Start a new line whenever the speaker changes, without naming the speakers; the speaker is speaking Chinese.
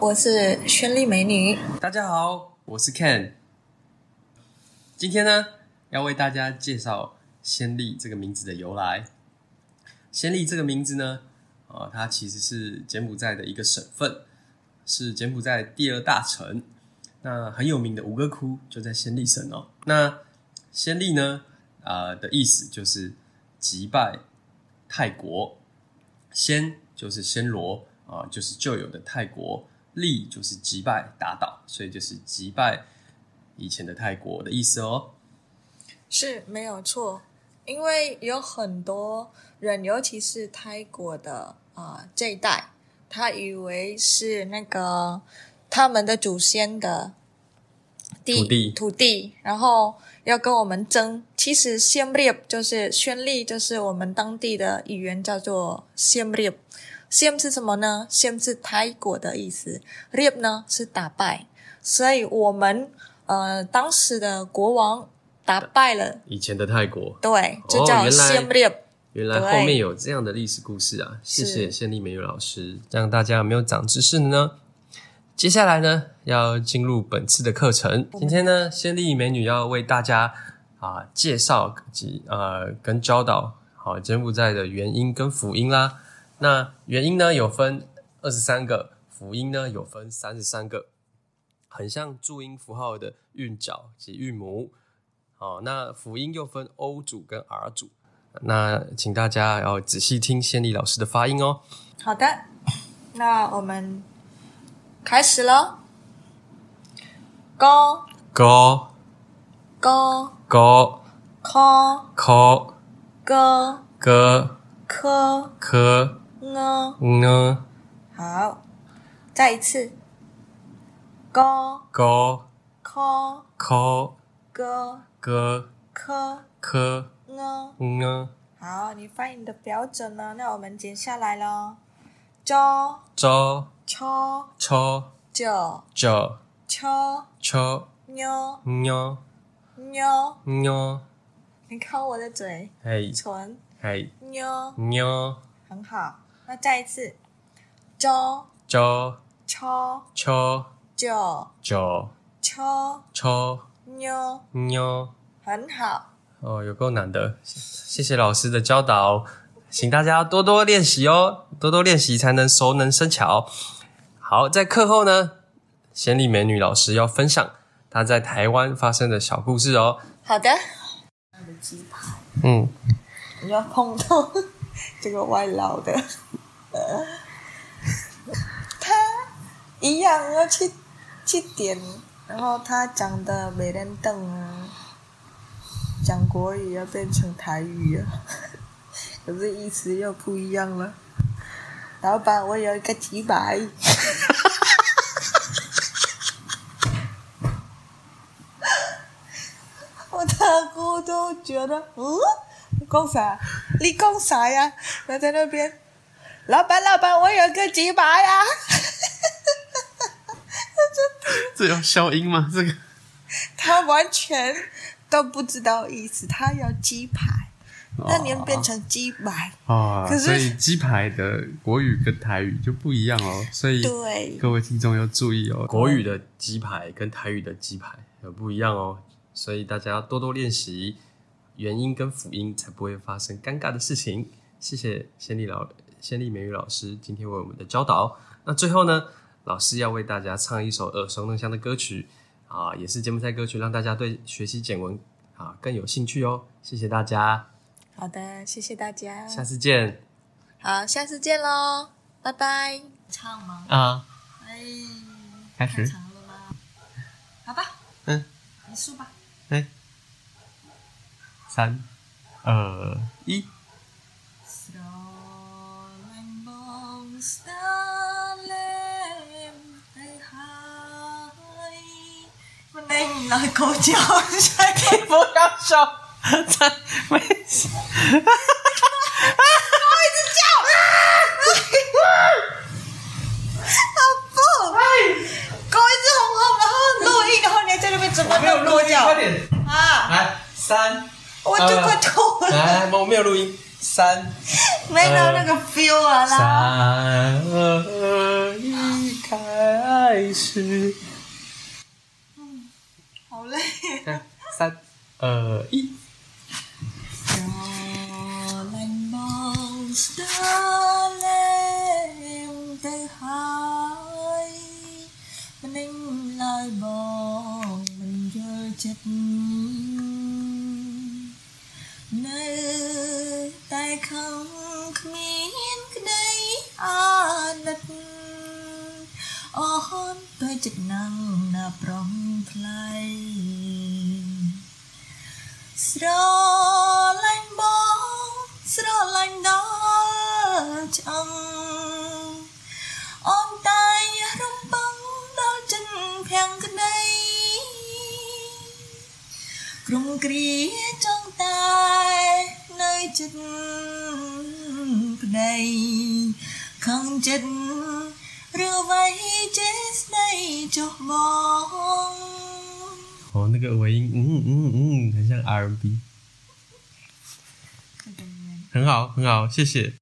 我是绚丽美女。
大家好，我是 Ken。今天呢，要为大家介绍“先例”这个名字的由来。“先例”这个名字呢，啊、呃，它其实是柬埔寨的一个省份，是柬埔寨第二大城。那很有名的吴哥窟就在暹粒省哦。那暹粒呢，呃的意思就是击败泰国。暹就是暹罗啊、就是旧有的泰国；粒就是击败、打倒，所以就是击败以前的泰国的意思哦。
是没有错，因为有很多人，尤其是泰国的啊、呃这一代，他以为是那个他们的祖先的地
土地
土地，然后要跟我们争。其实 s i m r i p 就是宣利，就是我们当地的语言叫做 s i m r i p s i m 是什么呢 s i m 是泰国的意思 r i p 呢是打败，所以我们呃当时的国王打败了。
以前的泰国，
对，就
哦
叫
原来
s i m r i p
原来
对
后面有这样的历史故事啊！谢
是
谢县立美语老师，让大家有没有长知识呢？接下来呢，要进入本次的课程。今天呢，县立美女要为大家啊、介绍及呃跟教导好柬埔寨的元音跟辅音啦。那元音呢有分二十三个，辅音呢有分三十三个，很像注音符号的韵脚及韵母。哦，那辅音又分 O 组跟 R 组。那请大家要仔细听仙丽老师的发音哦。
好的，那我们开始喽。高
go
高
go
科
ko
歌
g
科
k
呢，
n
好，再一次。高
go
科
ko
歌
g
科
k
呢，
n
好，你发音的标准呢？那我们接下来喽。招
z
超
cho
九
j
超
cho
妞
n
妞，
n
你看我的嘴
嘿
唇
嘿
妞。
n
很好。那再一次，周
jo
超
cho
九
jo
超
cho
妞，
n
很好。
哦，有够难的，谢谢老师的教导，请大家多多练习哦，多多练习才能熟能生巧。好，在课后呢，贤丽美女老师要分享她在台湾发生的小故事哦。
好的，
嗯，
你要碰到这个外劳的， 呃他一样要去去点，然后他讲的没人懂啊，讲国语要变成台语啊， 可是意思又不一样了。老板，我有一个几百。我大哥都觉得，嗯，你讲啥？你讲啥呀？然后在那边，老板，老板，我有个几百呀。
这有消音吗？这个
他完全都不知道意思，他要鸡排，
哦
那你要变成鸡排，
啊
可是所以
鸡排的国语跟台语就不一样哦，所以
对，
各位听众要注意哦，国语的鸡排跟台语的鸡排有不一样哦，所以大家要多多练习元音跟辅音，才不会发生尴尬的事情。谢谢仙丽老仙丽美语老师今天为我们的教导。那最后呢，老师要为大家唱一首耳熟能详的歌曲啊，也是节目赛歌曲，让大家对学习简文啊更有兴趣哦。谢谢大家，
好的，谢谢大家，
下次见
好，下次见喽，拜拜。唱吗？
啊！
哎，
开
太
始，
长了吗？好吧，
嗯，
结束吧。
哎，三二一。
Strong and bong stalem ai hai. Mình đang nói câu chó sai thì vô đau sâu.
在没事。
Không.
哎
Cô ấy rất hồng hồng đã hơn lùi, đã hơn nhà chơi bên chấm bắt
没有
đầu
录
cô
音，
chó.
快点！
À,
来，三，
ôi, tôi quên thu.
来，我没有录音，三，啊
Mấy đâu nó gặp feel à là.
三二一，开爱。开始。
好累。
三二一，
Jag en barnsdag lämnade haj Men en lai barn men gör chật Nơi tay không miên đây à đất Ô hôn tôi chật năng na prong play ស្រឡាញ់បងស្រឡាញ់ដល់ឆ្អឹងអូនតែរំបងដល់ចិនភាំងក្ដីក្រុមគ្រាចង់តែនៅចិត្តប្ដីខឹងចិត្តឬអ្វីចេះស្ដីចុះបង
哦，那个尾音，嗯嗯嗯，很像 R&B，很好，很好，谢谢。